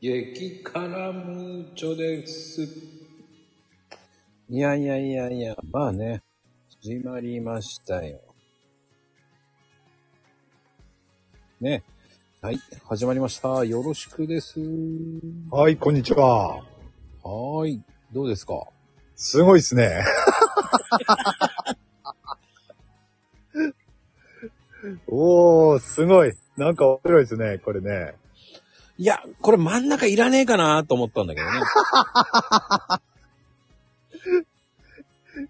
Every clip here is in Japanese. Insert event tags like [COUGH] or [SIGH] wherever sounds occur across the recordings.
激辛ムーチョです。いやいやいやいや、まあね、始まりましたよ。ね。はい、始まりました。よろしくです。はい、こんにちは。はーい、どうですかすごいですね。 [LAUGHS] おー、すごい。なんか面白いですね、これね。いや、これ真ん中いらねえかなと思ったんだけどね。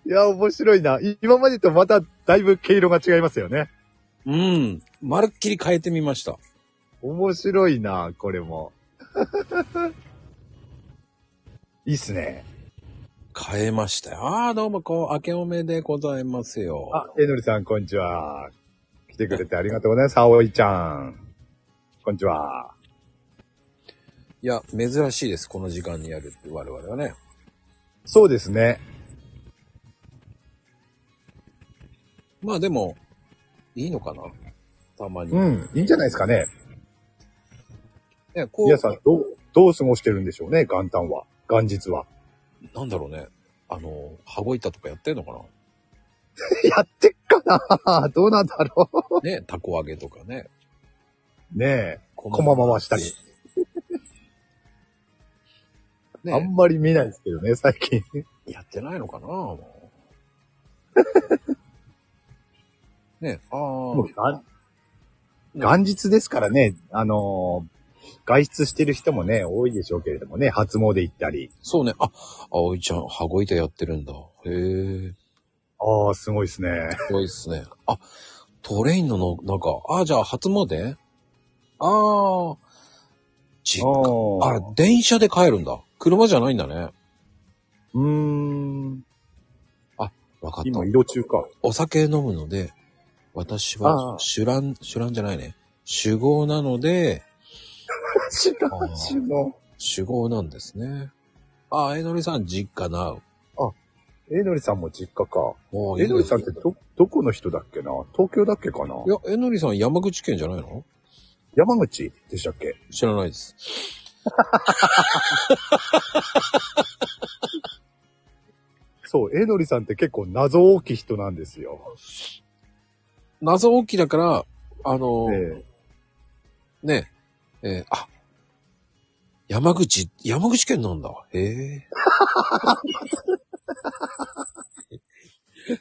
いや、面白いな。い今までとまただいぶ毛色が違いますよね。うん、まるっきり変えてみました。面白いな、これも。 [LAUGHS] いいっすね。変えましたよ。ああ、どうもこう、明けおめでございますよ。あ、えのりさん、こんにちは。来てくれてありがとうございます。あおいちゃん。こんにちは。いや、珍しいです。この時間にやるって我々はね。そうですね。まあでも、いいのかなたまに。うん、いいんじゃないですかね。ね、こう、皆さん、どう、どう過ごしてるんでしょうね、元旦は。元日は。なんだろうね。あの、羽子板とかやってんのか [LAUGHS] やってっかな [LAUGHS] どうなんだろなね、たこ揚げとかね。う。ねえ、こ駒回したり。あねん、まり見ないですけどね、最近。やってないのかなも [LAUGHS] うね、あもうあ、元元日ですからね、あのー外出してる人もね、多いでしょうけれどもね、初詣行ったり。そうね。あ、葵ちゃん、羽子板やってるんだ。へえ、ああ、すごいですね。すごいっすね。あ、トレインのの、なんか、あ、じゃあ初詣ああ、実家。あらあ、電車で帰るんだ。車じゃないんだね。うーん。わかった。今、移動中か。お酒飲むので、私あはあ酒乱、酒乱じゃないね。酒豪なので、違うあー違う。酒豪なんですね。ああ、えのりさん、実家な。えのりさんも実家か。もうえのりさんっいてど、どこの人だっけな東京だっけかないや、えのりさん、山口県じゃないの山口でしたっけ知らないです。そう、えのりさんって結構謎大きい人なんですよ。謎大きだから、あの、ええね、えーあ、山口、山口県なんだ。へ [LAUGHS] え。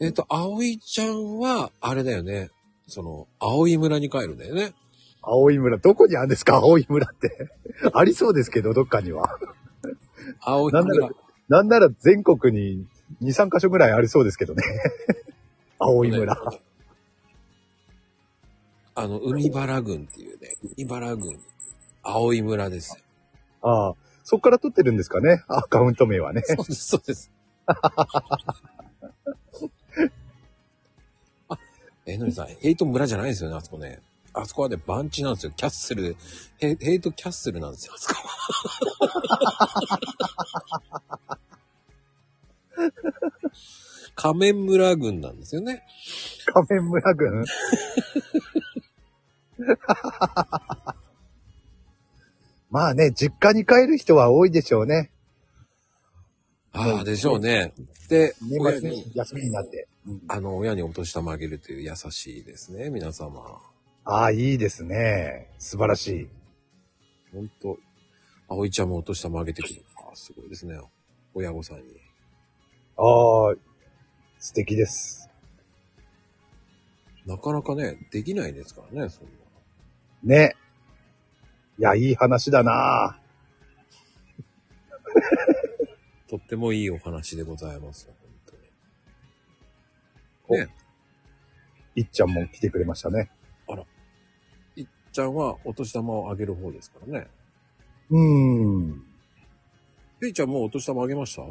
えっと、葵ちゃんは、あれだよね。その、葵村に帰るんだよね。青い村、どこにあるんですか青い村って。 [LAUGHS] ありそうですけど、どっかには。葵なんな村ら。、なんなら全国に2、3箇所ぐらいありそうですけどね。 [LAUGHS] 青い村。あの、海原郡っていうね、海原郡、葵村ですよ。ああ、そっから撮ってるんですかねアカウント名はね。そうです、そうです。 [LAUGHS] あ、えのりさん、ヘイト村じゃないですよね、あそこね。あそこはね、番地なんですよ。キャッスル、ヘイヘイトキャッスルなんですよ、あそこは。仮面村郡なんですよね。 [LAUGHS] 仮面村軍。 [LAUGHS] まあね、実家に帰る人は多いでしょうね。ああ、でしょうね。で、年親末にに、休みになって。うんあの、親にお年玉あげるという優しいですね、皆様。ああ、いいですね。素晴らしい。ほんと、葵ちゃんもお年玉あげてくる。あーすごいですね。親御さんに。ああ、素敵です。なかなかね、できないですからね、そんな。ね。いや、いい話だなとってもいいお話でございますよ、本当に。いっちゃんも来てくれましたね。ちゃんはお年玉をあげる方ですからね。うーん。ゆいちゃんもうお年玉あげました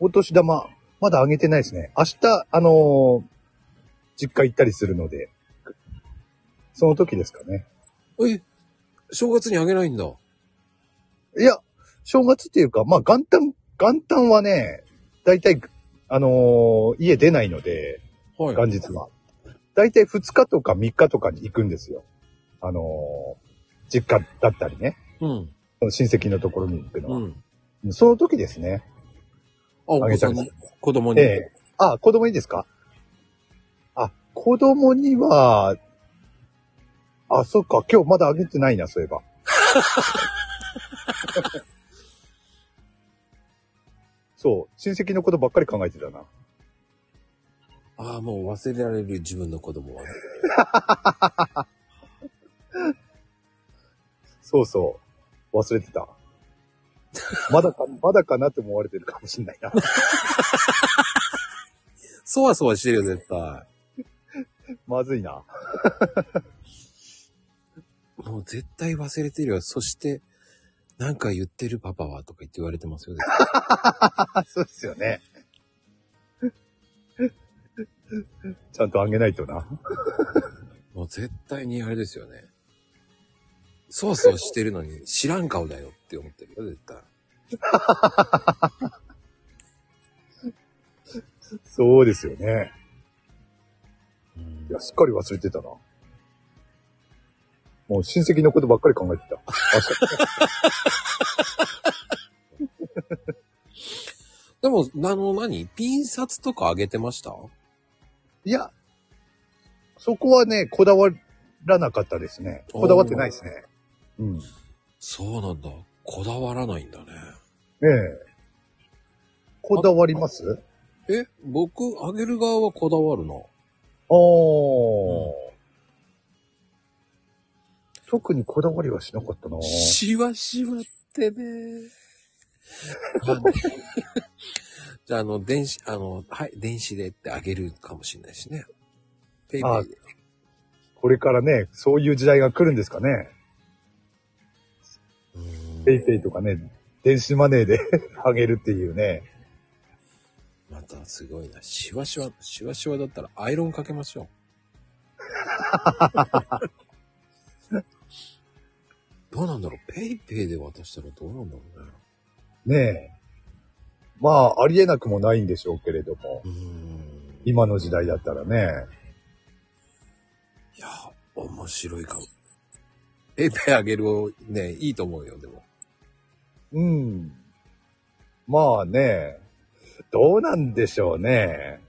お年玉、まだあげてないですね。明日、あのー実家行ったりするので、その時ですかね。え正月にあげないんだ。いや、正月っていうか、まあ、元旦、元旦はね、だいたい、あのー家出ないので、はい。 [LAUGHS] 元日は。だいたい2日とか3日とかに行くんですよ。あのー実家だったりね。うん。その親戚のところに行くのうは。ん。その時ですね。あ、おあ子げさんたんでにす、子供に。ええあ、子供いいですかあ、子供には、あ、そっか、今日まだあげてないな、そういえ [LAUGHS] ば。そう、親戚のことばっかり考えてたな。ああ、もう忘れられる自分の子供は。そうそう、忘れてた。まだか、 [LAUGHS] まだかなって思われてるかもしんないな。 [LAUGHS] そわそわしてるよ、絶対。まずいな。もう絶対忘れてるよ。そして、なんか言ってるパパはとか言って言われてますよ。絶対あ、 [LAUGHS] そうですよね。ちゃんとあげないとな。もう絶対にあれですよね。そわそわしてるのに知らん顔だよって思ってるよ、絶対。そうですよね。うんいや、すっかり忘れてたな。もう親戚のことばっかり考えてた。でも、あの、何ピン札とかあげてましたいや、そこはね、こだわらなかったですね。こだわってないですね。うん。えそうなんだ。こだわらないんだね。え。こだわりますえ、僕、あげる側はこだわるの。ああ、特にこだわりはしなかったな。しわしわってね。 [LAUGHS] じゃあ、あの、電子、あの、はい、電子でってあげるかもしれないしね。ペイペあイで。これからね、そういう時代が来るんですかね。うんペイペイとかね、電子マネーで [LAUGHS] あげるっていうね。またすごいな。しわしわ、しわしわだったらアイロンかけましょ [LAUGHS] う。どうなんだろうペイペイで渡したらどうなんだろうね。ねえ。まあ、ありえなくもないんでしょうけれども。うーん。今の時代だったらね。いや、面白いかも。ペイペイあげるをね、いいと思うよ、でも。うん。まあね、どうなんでしょうね。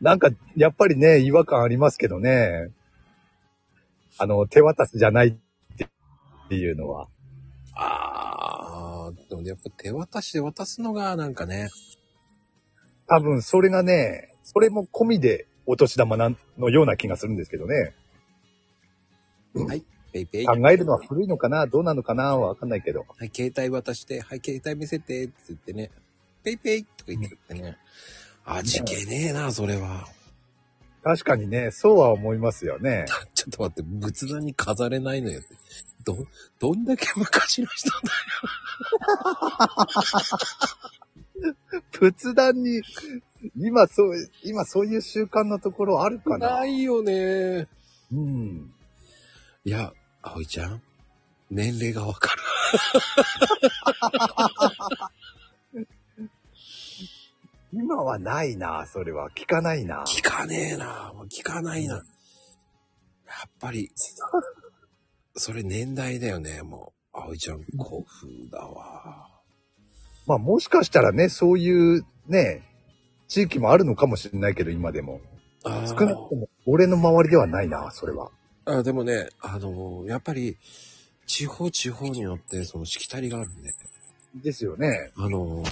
なんか、やっぱりね、違和感ありますけどね。あの、手渡しじゃないっていうのは。あー、でもやっぱ手渡しで渡すのがなんかね、多分、それがね、それも込みでお年玉なんのような気がするんですけどね。ペイペイ。は考えるのは古いのかなどうなのかなはわかんないけど。い、携帯渡して、はい、携帯見せて、って言ってね、ペイペイとか言ってってね。味気ねえな、それは。 [LAUGHS] 確かにね、そうは思いますよね。ちょっと待って、仏壇に飾れないのよって。ど、どんだけ昔の人だ仏壇に、今そう、今そういう習慣のところあるかなないよね。うん。いや、葵ちゃん、年齢がわかる。今はないな、それは。聞かないな。聞かねえな。もう聞かないな。やっぱり、それ年代だよね、もう。葵ちゃん、古風だわ。まあもしかしたらね、そういうね、地域もあるのかもしれないけど、今でも。あ少ーなくとも、俺の周りではないな、それは。あでもね、あのーやっぱり、地方地方によって、その、しきたりがあるんで。ですよね。あの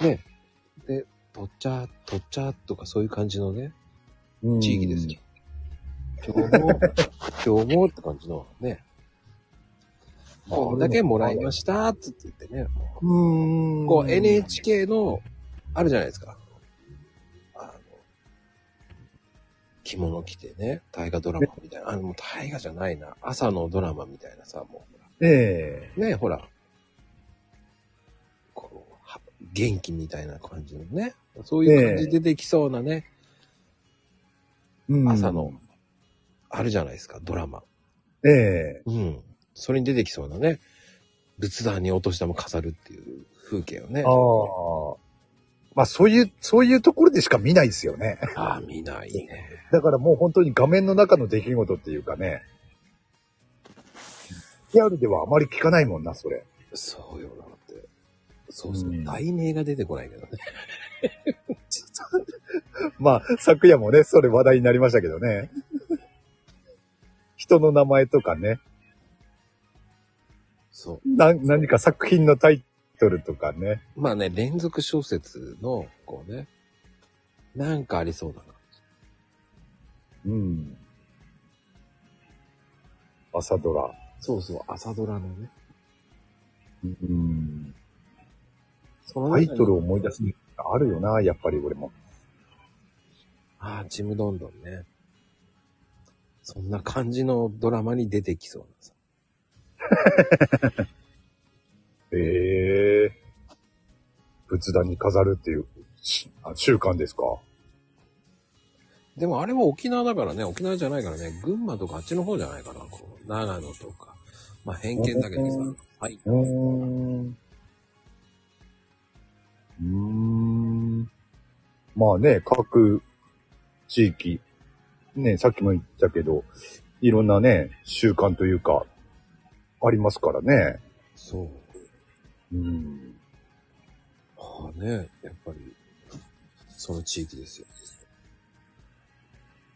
ーね、で、とっちゃ、とっちゃとかそういう感じのね、地域ですよ。今日も、 [LAUGHS] 今日もって感じのね、まあこんだけもらいましたっつって言ってね、うーん。こう NHK の、あるじゃないですか。あの、着物着てね、大河ドラマみたいな、あの、もう大河じゃないな、朝のドラマみたいなさ、もうほええら、ね、ほら、こう、は元気みたいな感じのね、そういう感じでできそうなね、うん朝の。あるじゃないですか、ドラマ。ええうん。それに出てきそうなね、仏壇にお年玉飾るっていう風景をね。ああ。まあそういう、そういうところでしか見ないですよね。 [LAUGHS] ああ、見ないね。だからもう本当に画面の中の出来事っていうかね。リアルではあまり聞かないもんな、それ。そうよなって。そうそうう。ん題名が出てこないけどね。まあ、昨夜もね、それ話題になりましたけど [LAUGHS] ね。人の名前とかね、そな何か作品のタイトルとかね。う。まあね、連続小説の、こうね、なんかありそうだな。うん。朝ドラ。そうそう、朝ドラのね。うん。そのタイトルを思い出すのあるよな、やっぱり俺も。ああ、ちむどんどんね。そんな感じのドラマに出てきそうなさ。ええ仏壇に飾るっていう、しあ習慣ですかでもあれは沖縄だからね、沖縄じゃないからね、群馬とかあっちの方じゃないかな、こう、長野とか。まあ偏見だけどさう、んはい。うーん。うーん。まあね、各地域、ね、さっきも言ったけど、いろんなね、習慣というか、ありますからね。そう。うん。はあね、やっぱり、その地域ですよ。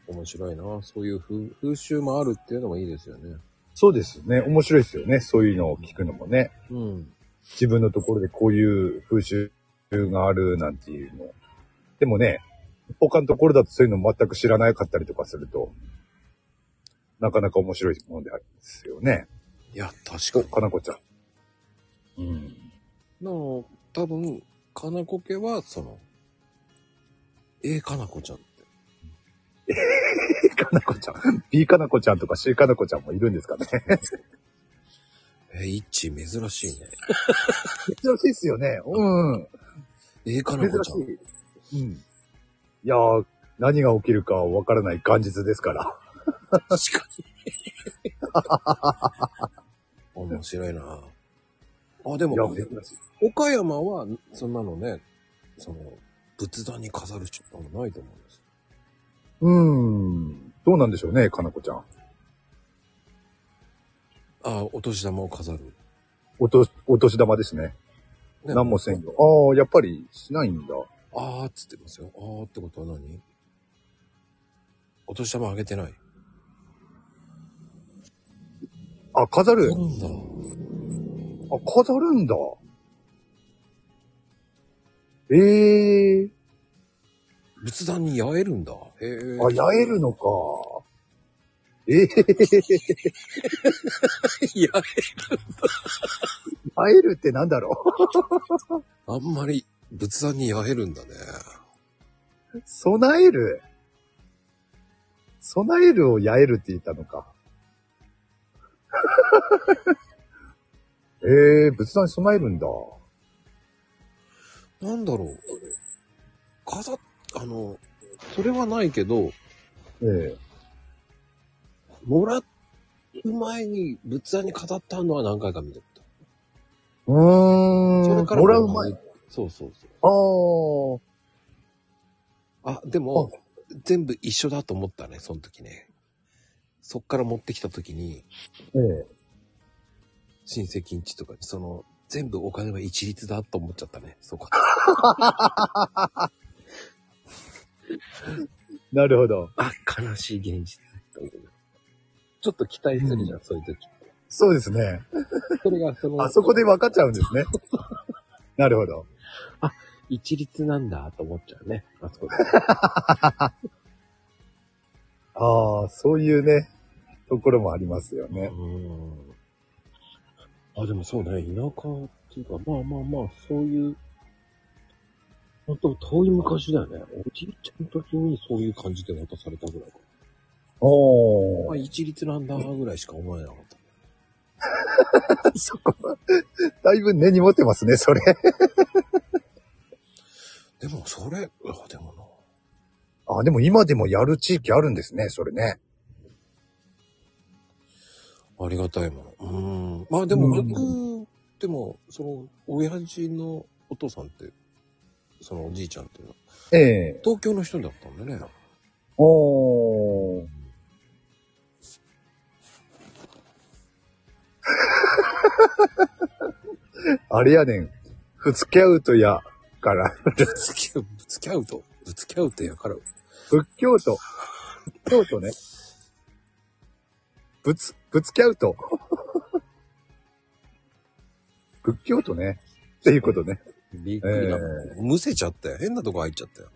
面白いな。そういう風風習もあるっていうのもいいですよね。そうですね。面白いですよね。そういうのを聞くのもね。うん。自分のところでこういう風習があるなんていうの。でもね、他のところだとそういうの全く知らなかったりとかすると、なかなか面白いものであるんですよね。いや、確かかなこちゃん。うん。に。なの、多分、かなこ家は、その、ええかなこちゃんって。かなこちゃん。B かなこちゃんとか C かなこちゃんもいるんですかね。えー、イッチ珍しいね。珍しいですよね。うん。ええかな珍こちゃん。しい。うん。いやー、何が起きるかわからない元日ですから。確かに。面白いな。あ、でいや、も、珍しい。岡山は、そんなのね、その、仏壇に飾る人はないと思うんです。うーん。どうなんでしょうね、かなこちゃん。あ、お年玉を飾る。おと、お年玉ですね。ね何もせんよ。ああ、やっぱりしないんだ。あーっつってますよ。あーってことは何お年玉あげてない。あ、飾るな。んだ。あ、飾るんだ。ええ仏壇に八えるんだ。へえ。ー。あ、八えるのか。ええ [LAUGHS] いや、八えるってなんだろあんまり仏壇に八えるんだね。う。 [LAUGHS] 備える。備えるを八えるって言ったのか。 [LAUGHS] ええー、仏壇に備えるんだ。なんだろう。飾っ、あの、それはないけど、ええもらう前に仏壇に飾ったのは何回か見たこと。うーん。それからもらう前。。そうそうそう。ああ。あ、でも、全部一緒だと思ったね、その時ね。そっから持ってきた時に、ええ親戚んちとかに、その、全部お金は一律だと思っちゃったね、そこ。なるほど。あ、悲しい現実。ちょっと期待するじゃん、そういう時。そうですね。それがその、あそこで分かっちゃうんですね。なるほど。一律なんだと思っちゃうね、あそこで。ああ、そういうね、ところもありますよね。うんあ、でもそうね、田舎っていうか、まあまあまあ、そういう、本当遠い昔だよね。おじいちゃんの時にそういう感じで渡されたぐらいか。おまあ、ー。一律なんだぐらいしか思えなかった。そこは、だいぶ根に持ってますね、それ。でも、それ、あ、でもな。あでも今でもやる地域あるんですね、それね。ありがたいもの。うん。まあでも、うん僕、でも、その、親父のお父さんって、そのおじいちゃんっていうのは、ええ東京の人だったん [LAUGHS] でね。おー。 [LAUGHS] あれやねん。ぶつけ合うとやから、ぶつき合う、ぶつき合うと、ぶつき合うとやから、仏教と、仏教とね。ぶつ、ぶつけ合うと。仏教とね。っていうことね。びっくりだ、むせちゃったよ。変なとこ入っちゃった [LAUGHS] よ。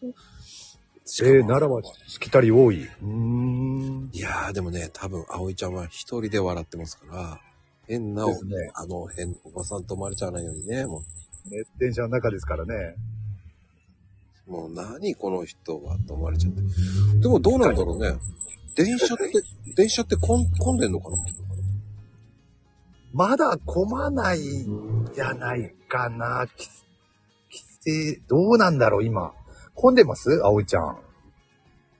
えー、奈良はしきたり多い。うーん。いやー、でもね、多分、葵ちゃんは一人で笑ってますから、変なお、ですねあの、変、おばさんと思われちゃわないようにね、もね、電車の中ですからね。う、もう何この人は、と思われちゃって。でもどうなんだろうね。電車って、電車って混ん混んでんのかなまだ混まないんじゃないかな。き規制、どうなんだろう、今。混んでます葵ちゃん。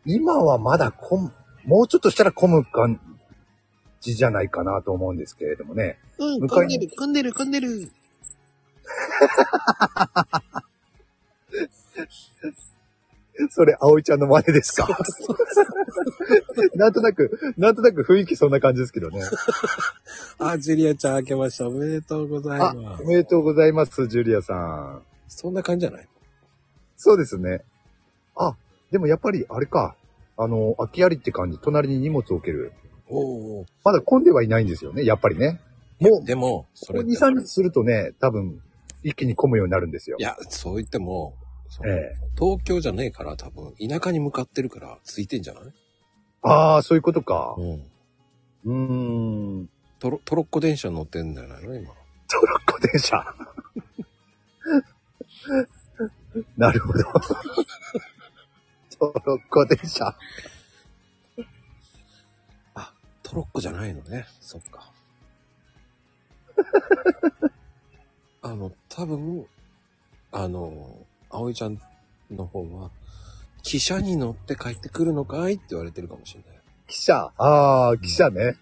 今はまだ混む、もうちょっとしたら混む感じじゃないかなと思うんですけれどもね。うん混んでる、混んでる、混んでる。それ、葵ちゃんの真似ですかなんとなく、なんとなく雰囲気そんな感じですけどね。あ、ジュリアちゃん明けましておめでとうございあま、おす。めでとうございます、ジュリアさん。そんな感じじゃないそうですね。あ、でもやっぱりあれか。あの、空き家りって感じ、隣に荷物置ける。おうおうまだ混んではいないんですよね、やっぱりね。もう、でも、そここれっ2、て、い3日するとね、多分、一気に混むようになるんですよ。や、そう言っても、そえのえ東京じゃねえから多分、田舎に向かってるから、ついてんじゃないああ、そういうことか。ん。うーん。トロ、トロッコ電車乗ってんじゃないの今。トロッコ電車。 [LAUGHS] なるほど。トロッコ電車。トロッコじゃないのね。そっ [LAUGHS] か。あの、多分、あの、葵ちゃんの方は、汽車に乗って帰ってくるのかいって言われてるかもしれない。汽車。ああ、汽車ね。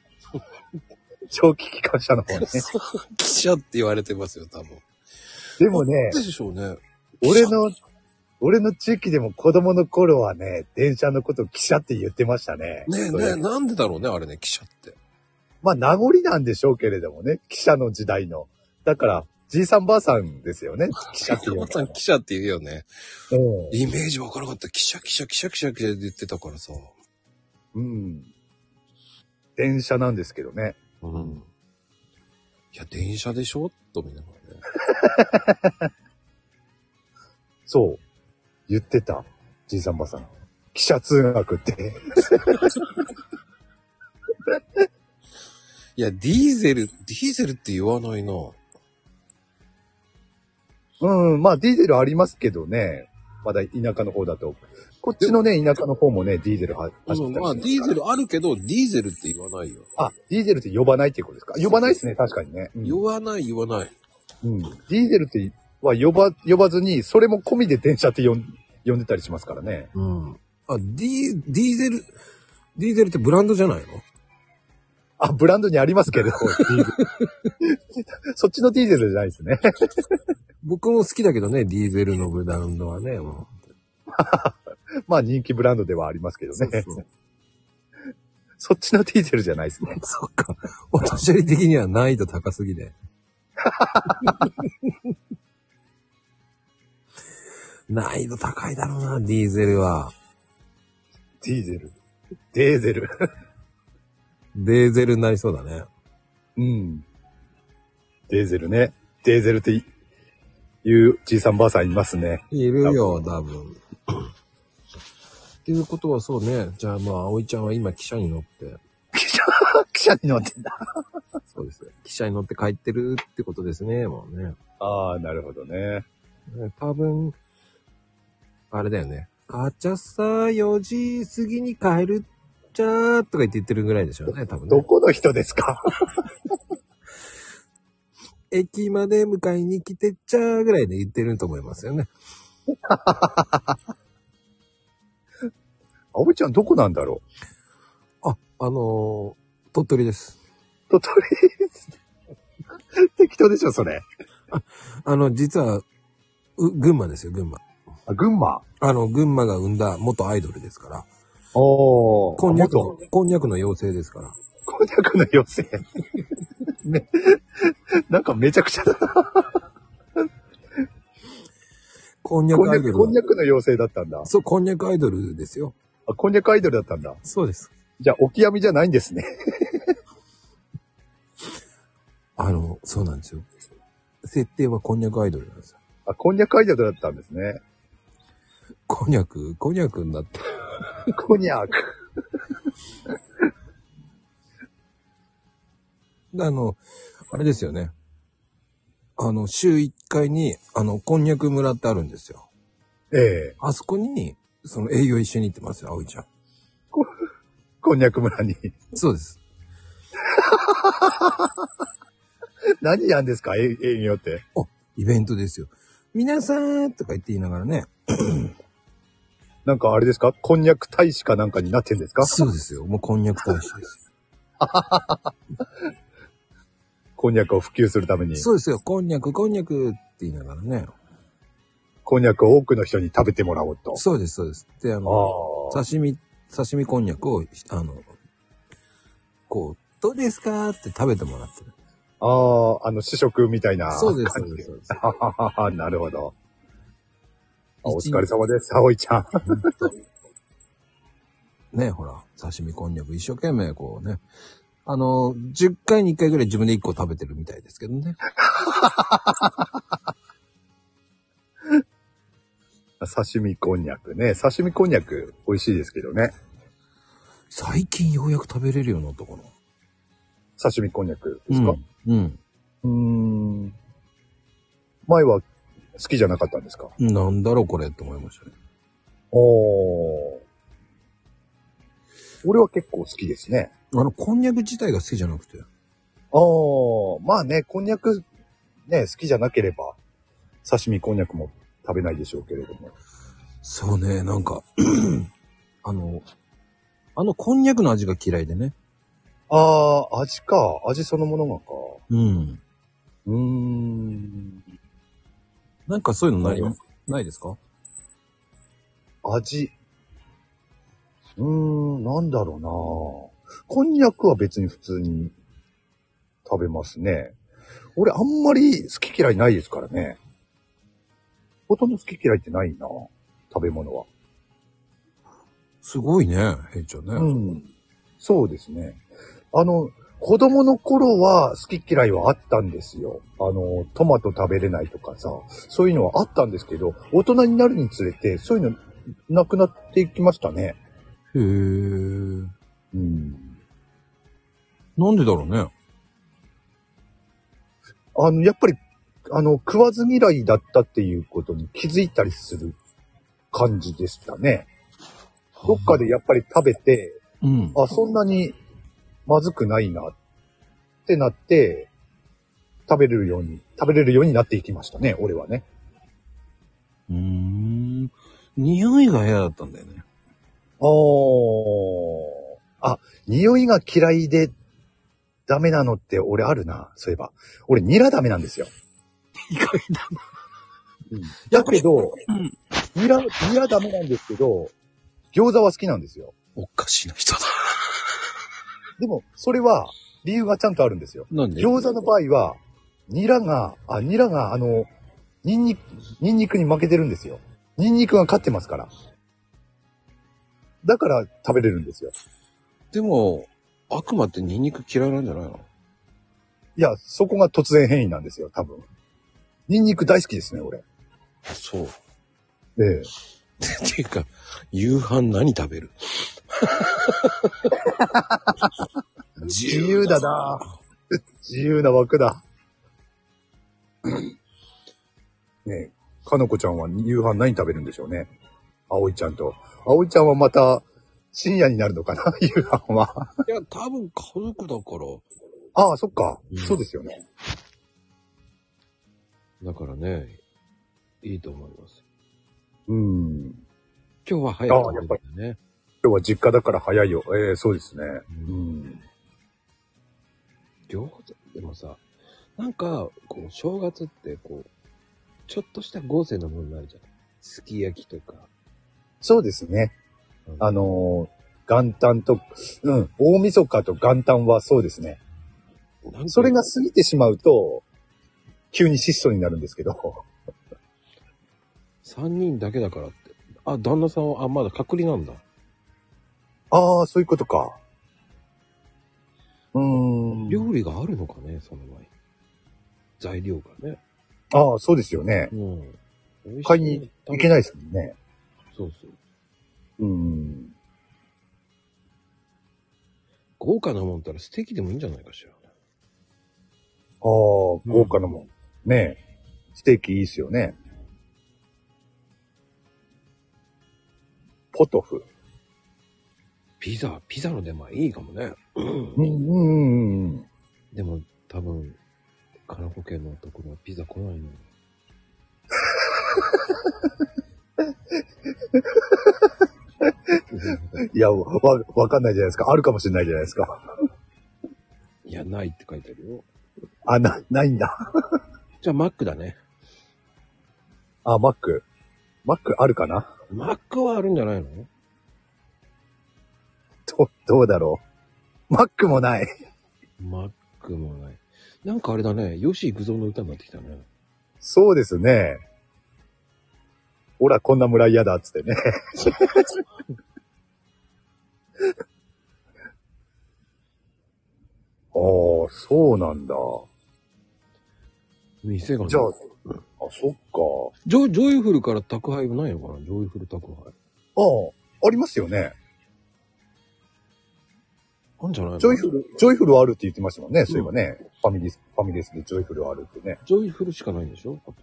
長期機関車の方ね。汽車って言われてますよ、多分。でもね、でしょうね。俺の、俺の地域でも子供の頃はね、電車のことを汽車って言ってましたね。ねえそねれえ、なんでだろうね、あれね、汽車って。まあ名残なんでしょうけれどもね、汽車の時代の。だから、じいさんばあさんですよね、汽車っていうのおはばさん汽車って言うよね。うイメージわからなかった。汽車、汽車、汽車、汽車、汽車って言ってたからさ。ん。うん。電車なんですけどね。うん。いや、電車でしょと見ながらね。そう。言ってた、じいさんばあさん。汽車通学って。 [LAUGHS] いや、ディーゼル、ディーゼルって言わないな。うん、まあディーゼルありますけどね。まだ田舎の方だと。こっちのね、田舎の方もね、ディーゼルは走っうんたりまあ、しデてィーゼルあるけど、ディーゼルって言わないよ。あ、ディーゼルって呼ばないっていうことですか呼ばないですね、確かにね。うん言わない、言わない。うんディーゼルっては呼ば、呼ばずに、それも込みで電車って呼ん呼んでたりしますからね。うん。あ、ディ、ディーゼル、ディーゼルってブランドじゃないのあ、ブランドにあります [LAUGHS] けど、ディーゼルそっちのディーゼルじゃないですね。 [LAUGHS] 僕も好きだけどね、ディーゼルのブランドはね、もまあ人気ブランドではありますけどう。ね。 [LAUGHS] そっちのディーゼルじゃないですね。 [LAUGHS] そっか。私的には難易度高すぎで。 [LAUGHS] 難易度高いだろうな、ディーゼルは。ディーゼル。デーゼル。デーゼルになりそうだね。うん。デーゼルね。デーゼルっていいうじいさんばあさんいます [LAUGHS] ね。いるよ、多分。っていうことはそうね。じゃあまあ、葵ちゃんは今汽車に乗って、汽車、汽車に乗ってんだ。そうですね。汽車に乗って帰ってるってことですね、もうね。ああ、なるほどね。ね多分、あれだよね。あちゃさ4時過ぎに帰るっちゃーとか言って言ってるぐらいでしょうね、多分どね。この人ですか駅まで迎えに来てっちゃーぐらいで言ってると思いますよね。葵ちゃんどこなんだろあ、あのー鳥取です。う鳥取ですね。 [LAUGHS] 適当でしょ、それ。あの、実は、う、群馬ですよ、群馬。あ、群馬。あの、群馬が生んだ元アイドルですから。おー。こんにゃく元の、こんにゃくの妖精ですから。百濁の寄せ。ね、 [LAUGHS] なんかめちゃくちゃだな。こんにゃこんくにアゃイドく、ル。こんにゃくの妖精だったんだ。そう、こんにゃくアイドルですよ。あ、こんにゃくアイドルだったんだ。そうです。じゃあ、沖闇じゃないんですね。あの、そうなんですよ。設定はこんにゃくアイドルなんですよ。あ、こんにゃくアイドルだったんですね。こんにゃく、こんにゃくになって。こにゃく。であの、あれですよね。あの、週1回に、あの、こんにゃく村ってあるんですよ。ええあそこに、その営業一緒に行ってますよ、葵ちゃん。こんにゃく村に。 [LAUGHS] そうです。何やんですかえ営業って。イベントですよ。皆さんとか言って言いながらね。なんかあれですかこんにゃく大使かなんかになってんですかそうですよ。もうこんにゃく大使です。こんにゃくを普及するために。そうですよ。こんにゃく、こんにゃくって言いながらね。こんにゃくを多くの人に食べてもらおうと。そうです、そうです。で、あの、ああ。刺身、刺身こんにゃくを、あの、こう、どうですかって食べてもらってる。ああ、あの、試食みたいな。そうです、そうです。そう [LAUGHS] ですははは [LAUGHS] はなるほど。あお疲れ一様です、 [LAUGHS] 葵ちゃん。日ね、ほら、刺身こんにゃく一生懸命こうね。あの、10回に1回ぐらい自分で1個食べてるみたいですけどね。刺身こんにゃくね。刺身こんにゃく、美味しいですけどね。最近ようやく食べれるようになったかな。刺身こんにゃくですか、うん。うん。うーん。前は好きじゃなかったんですかなんだろうこれって思いましたね。おー。俺は結構好きですね。あの、こんにゃく自体が好きじゃなくて。あー。まあね、こんにゃく、ね、好きじゃなければ、刺身こんにゃくも食べないでしょうけれども。そうね、なんか、 [CLEARS THROAT] あの、あのこんにゃくの味が嫌いでね。あー、味か。味そのものがか。うん。うーん。なんかそういうのない、うないですか味。うーん、なんだろうなこんにゃくは別に普通に食べますね。俺あんまり好き嫌いないですからね。ほとんど好き嫌いってないな食べ物は。すごいね、平ちゃんね。うん。そうですね。あの、子供の頃は好き嫌いはあったんですよ。あの、トマト食べれないとかさ、そういうのはあったんですけど、大人になるにつれて、そういうのなくなっていきましたね。へえ。うん。なんでだろうね。あの、やっぱり、あの、食わず嫌いだったっていうことに気づいたりする感じでしたね。どっかでやっぱり食べて、うん。あ、そんなにまずくないなってなって、食べれるように、食べれるようになっていきましたね、俺はね。うーん。匂いが嫌だったんだよね。おあ、匂いが嫌いでダメなのって俺あるな、そういえば。俺ニラダメなんですよ。意外だ。だけど、ニラ、ニラダメなんですけど、餃子は好きなんですよ。おかしな人だ。でも、それは理由がちゃんとあるんですよ。なんで餃子の場合は、ニラが、あ、ニラが、あの、ニンニク、ニンニクに負けてるんですよ。ニンニクが勝ってますから。だから食べれるんですよ。でも、悪魔ってニンニク嫌いなんじゃないのいや、そこが突然変異なんですよ、多分。ニンニク大好きですね、俺。 [LAUGHS] そう。ええ。っていうか、夕飯何食 [LAUGHS] べる自由だな [LAUGHS] 自由な枠だ。ねえ、かのこちゃんは夕飯何食べるんでしょうね。葵ちゃんと。葵ちゃんはまた深夜になるのかな [LAUGHS] 夕飯は。いや、多分家族だから。ああ、そっか、うんそうですよね。だからね、いいと思います。うん。今日は早くあやっぱり食べるんだね。今日は実家だから早いよ。ええそうですね。ううんん。餃子、でもさ、なんか、こう、正月って、こう、ちょっとした豪勢なものになるじゃん。すき焼きとか。そうですねうん。あのー元旦と、うん、大晦日と元旦はそうですね。なんかそれが過ぎてしまうと、急に質素になるんですけど、 3人だけだからって。あ、旦那さんは、あ、まだ隔離なんだ。ああ、そういうことか。うーん。料理があるのかね、その場合。材料がね。ああ、そうですよね。うん。買いにいけないい。ですもんね。そうそう。うん。豪華なもんったらステーキでもいいんじゃないかしら。ああ、豪華なもん。ねえ。ステーキいいっすよね。ポトフ。ピザ、ピザの出前いいかもね。うんうんうん。でも、多分、カラコケのところはピザ来ないの。 [LAUGHS] いや、わ、わかんないじゃないですか。あるかもしれないじゃないですか。いや、ないって書いてあるよ。あ、な、ないんだ。じゃあ、マックだね。あ、マック。マックあるかなマックはあるんじゃないのど、どうだろう。マックもない。マックもない。なんかあれだね、ヨシイグゾの歌になってきたね。そうですね。ほら、こんな村嫌だっつってね。 [LAUGHS] ああ、そうなんだ。店がねじゃあ、あ、そっか。ジョジョイフルから宅配はないのかなジョイフル宅配。ああ、ありますよね。あんじゃないのジョイフル、ジョイフルあるって言ってましたもんね。そういえばね。ファミリス、ファミレスでジョイフルあるってね。ジョイフルしかないんでしょあと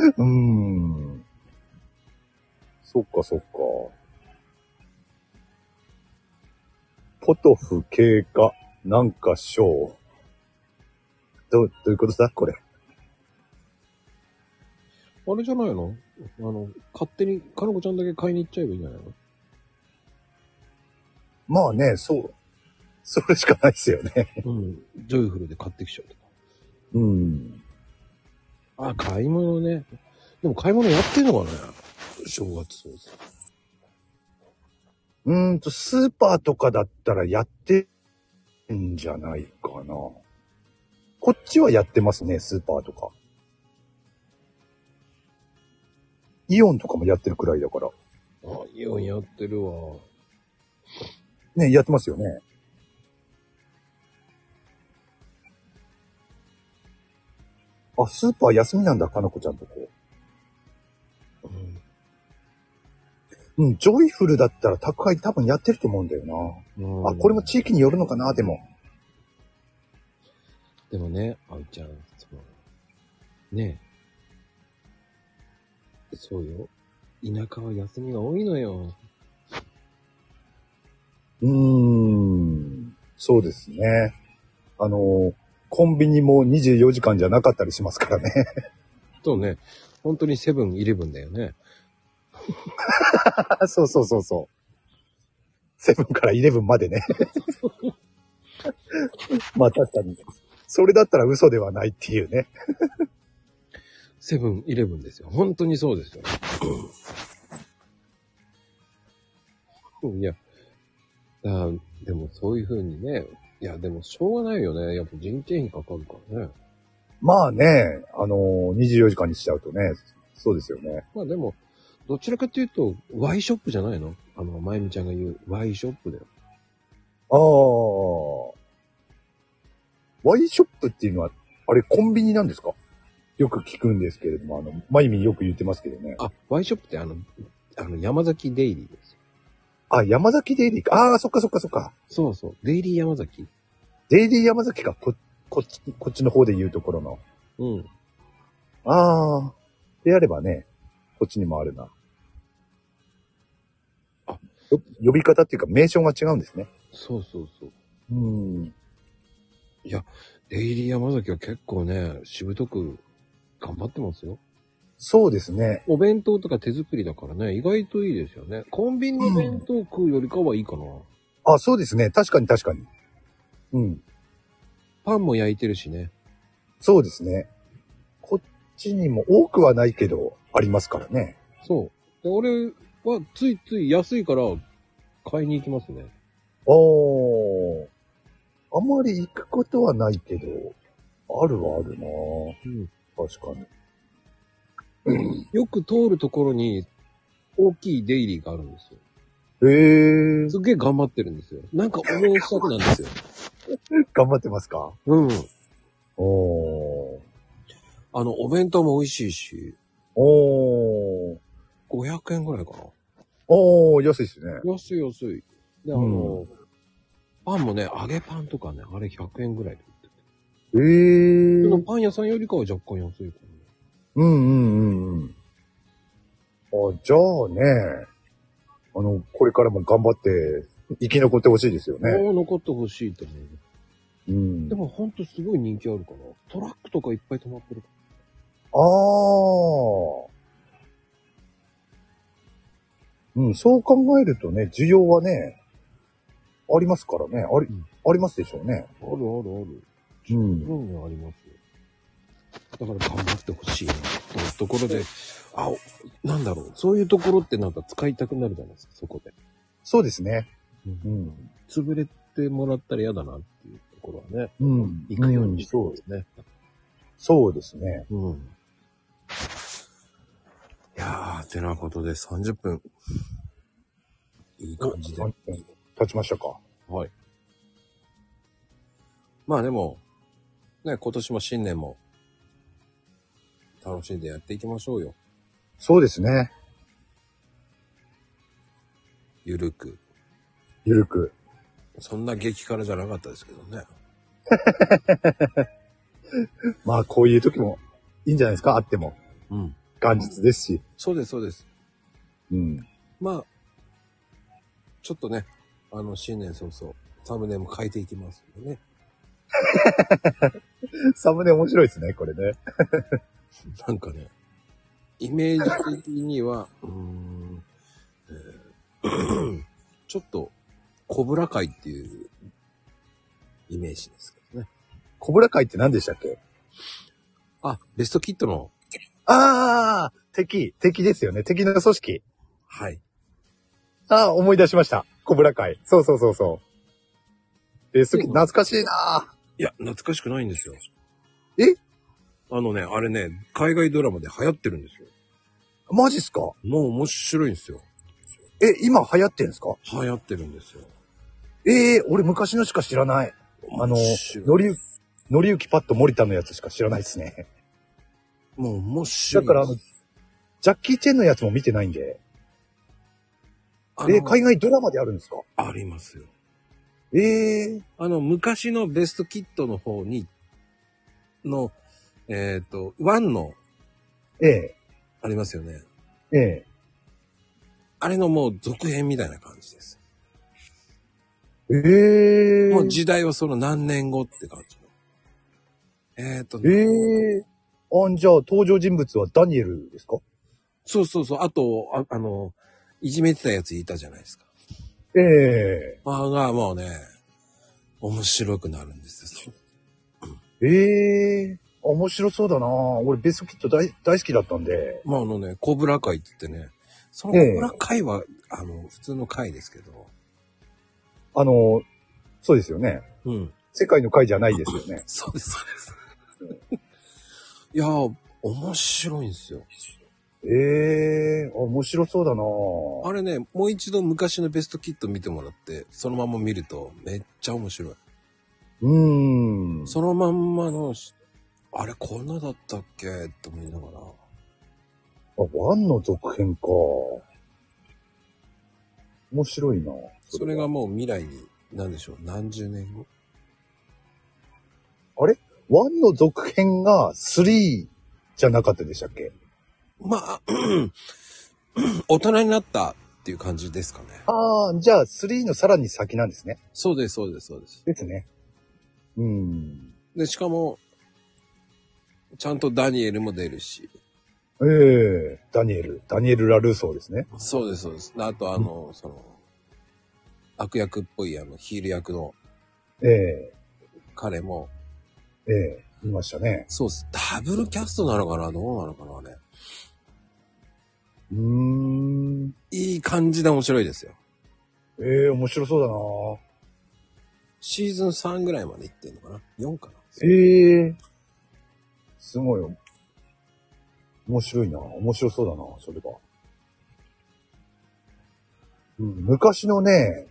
はうーん。そっかそっか。ポトフ経過、なんか賞。ど、どういうことだこれ。あれじゃないのあの、勝手に、かのこちゃんだけ買いに行っちゃえばいいんじゃないのまあね、そう。それしかないですよね。うん。ジョイフルで買ってきちゃうとうん。か。あ、買い物ね。でも買い物やってんのかね正月そうです。うーんと、スーパーとかだったらやってんじゃないかな。こっちはやってますね、スーパーとか。イオンとかもやってるくらいだから。あ、イオンやってるわ。ね、やってますよね。あ、スーパー休みなんだ、かなこちゃんとこ。うん。うん、ジョイフルだったら宅配多分やってると思うんだよな。あ、これも地域によるのかな、でも。でもね、あいちゃん、その、ねえ。そうよ。田舎は休みが多いのよ。うーん、そうですね。あの、コンビニも24時間じゃなかったりしますからね。そうね。本当にセブンイレブンだよね。 [LAUGHS] そうそう [LAUGHS] そうそう。セブンからイレブンまで [LAUGHS] ね。まあ確かに。それだったら嘘ではないっていうね。セブンイレブンですよ。本当にそうですよ。いや、あでもそういう風にね、いや、でもしょうがないよね。やっぱ人件費かかるからね。まあね、あのー、24時間にしちゃうとね、そうですよね。まあでも、どちらかというと、ワイショップじゃないのあの、まゆみちゃんが言う、ワイショップだよ。ああ。ワイショップっていうのは、あれコンビニなんですかよく聞くんですけれども、あの、まゆみよく言ってますけどね。あ、ワイショップってあの、あの、山崎デイリーですよ。あ、山崎デイリーか。ああ、そっかそっかそっか。そうそう。デイリー山崎。デイリー山崎か。こ、こっち、こっちの方で言うところの。うん。ああ。であればね、こっちにもあるな。あよ呼び方っていうか名称が違うんですね。そうそうそう。うん。デイリー山崎は結構ね、しぶとく頑張ってますよ。そうですね。お弁当とか手作りだからね、意外といいですよね。コンビニの弁当食うよりかはいいかな。あ、そうですね。確かに確かに。うん。パンも焼いてるしね。そうですね。こっちにも多くはないけど、ありますからね。そう。で、俺はついつい安いから買いに行きますね。おー。あまり行くことはないけど、あるはあるなぁうん確かに。よく通るところに大きいデイリーがあるんですよ。へえ。すっげえ頑張ってるんですよ。なんか応援したくなんですよ。頑張ってますかうん。おー。あの、お弁当も美味しいし、おー。 500円ぐらいかおー、安いですね。な。安い安い。で、あの、パンもね、揚げパンとかね、あれ100円ぐらいで売ってて。へえ。そのうんパン屋さんよりかは若干安いかうんうんうん。あ、じゃあね、あの、これからも頑張って生き残ってほしいですよな。ね。もう残ってほしいと思う。うんで。もほんとすごい人気あるから、トラックとかいっぱい止まってるかああ。うん、そう考えるとね、需要はね、ありますからね。あり、うんありますでしょうね。ら。あるあるある。うん。うん、ありますよ。だから頑張ってほしいな、というところで、あ、なんだろう、そういうところってなんか使いたくなるじゃないですか、そこで。そうですね。ううん。潰れてもらったら嫌だなっていうところはね、うん。行くようにしてそうで。すね。そうですね。うん。いやー、てなことで30分。いい感じで。立ちましたか。はい。まあでも、ね、今年も新年も、楽しんでやっていきましょうよ。そうですね。ゆるく。ゆるく。そんな激辛じゃなかったですけどね。まあ、こういう時もいいんじゃないですか。あっても。うん。元日ですし。そうです、そうです。うん。まあ、ちょっとね、あの、新年早々、サムネも変えていきますんでね。サムネ面白いですね、これね。なんかね、イメージ的には、 [LAUGHS] うーん、えー [CLEARS THROAT] ちょっと、コブラ界っていう、イメージですけどね。コブラ会って何でしたっけあ、ベストキットの、ああ敵、敵ですよね。敵の組織。はい。ああ、思い出しました。コブラ会。そうそうそうそう。え、すき、懐かしいないや、懐かしくないんですよ。えあのね、あれね、海外ドラマで流行ってるんですよ。ぁマジっすかもう面白いんですよ。え、今流行ってんすか流行ってるんですよ。ええ俺昔のしか知らない。あの面白い、のりゆ、のりゆきパッと森田のやつしか知らないですね。もう面白だい。からあの、ジャッキー・チェンのやつも見てないんで。あのえ海外ドラマであるんですかありますよ。ええあの、昔のベストキットの方に、の、えっ、と、ワンの、ええありますよね。ええあれのもう続編みたいな感じです。ええもう時代はその何年後って感じの。えっ、と、ええあん、じゃあ登場人物はダニエルですかそうそうそう。あと、ああの、いじめてたやついたじゃないですか。ええまあが、もうね、面白くなるんですよ。ええ面白そうだな俺ベストキット大大好きだったんで。まああのね、コブラ会って言ってね、そのコブラ会は、あの、普通の会ですけど、あの、そうですよね。うん。世界の会じゃないですよね。そうです、そうです。 [LAUGHS] いやー、面白いんですよ。ええあ面白そうだなあれね、もう一度昔のベストキット見てもらって、そのまま見るとめっちゃ面白い。うーん。そのまんまの、あれこんなだったっけって思いながら。あ、ワンの続編か。面白いなそれが。もう未来に、なんでしょう、何十年後。ワンの続編が3じゃなかったでしたっけまあ、 [CLEARS THROAT] 大人になったっていう感じですかね。ああ、じゃあ3のさらに先なんですね。そうです、そうです、そうです。ですね。うーん。で、しかも、ちゃんとダニエルも出るし、ええダニエル、ダニエル・ラ・ルーソーですね。そうです、そうです。あと、あの、その、悪役っぽい、あの、ヒール役のええ彼も、ええいましたね。そうです。ダブルキャストなのかなどうなのかなね。うーん。いい感じで面白いですよ。ええ面白そうだなシーズン3ぐらいまで行ってんのかな ?4 かなええすごいよ。面白いな面白そうだなそれは。うん、昔のね、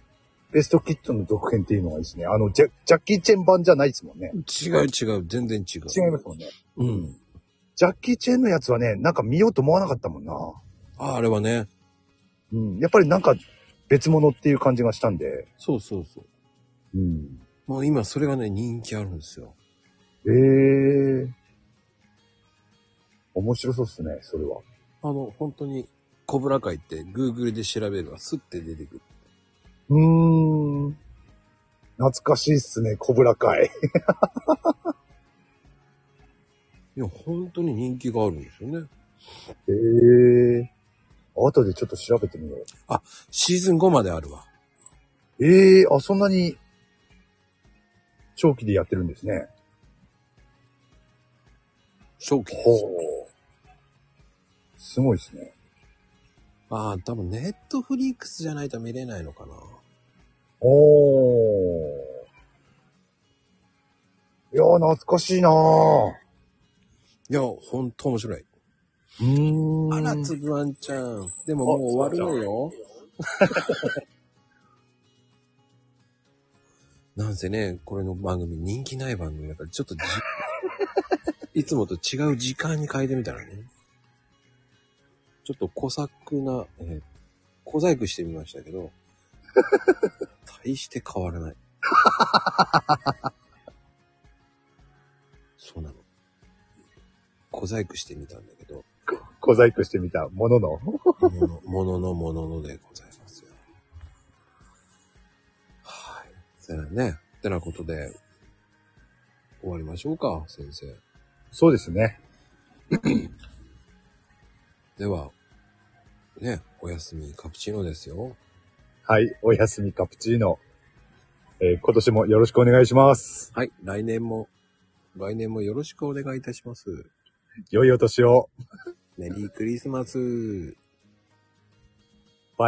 ベストキットの続編っていうのがですね、あの、ジャジャッキーチェン版じゃないですもんね。違う違う、全然違う。違いますもんね。うん。ジャッキーチェンのやつはね、なんか見ようと思わなかったもんな。ああ、あれはね。うん、やっぱりなんか別物っていう感じがしたんで。そうそうそう。うん。もう今それがね、人気あるんですよ。ええ面白そうっすね、それは。あの、本当に、コブラ会って Google で調べればスッて出てくる。うーん。懐かしいっすね、コブラ会。いや、本当に人気があるんですよね。ええ後でちょっと調べてみよう。シーズン5まであるわ。ええあ、そんなに、長期でやってるんですね。正気です。ほう。すごいですね。ああ、多分ネットフリックスじゃないと見れないのかな。おー。いやー、懐かしいなー。いや、本当面白い。うーん。あら、つぶあんちゃん。でももう終わるのよ。 [LAUGHS] なんせね、これの番組人気ない番組だから、ちょっとじ、いつもと違う時間に変えてみたらね。ちょっと小作な、えー小細工してみましたけ [LAUGHS] ど、大して変わら [LAUGHS] ない。そうなの。小細工してみたんだけど、小細工してみたものの。ものもののもののでございますよ。はい。それね、ってなことで、終わりましょうか、先生。そうですね。では、ね、おやすみカプチーノですよ。はい、おやすみカプチーノ。えー今年もよろしくお願いします。はい、来年も、来年もよろしくお願いいたします。良いお年を。メリークリスマス。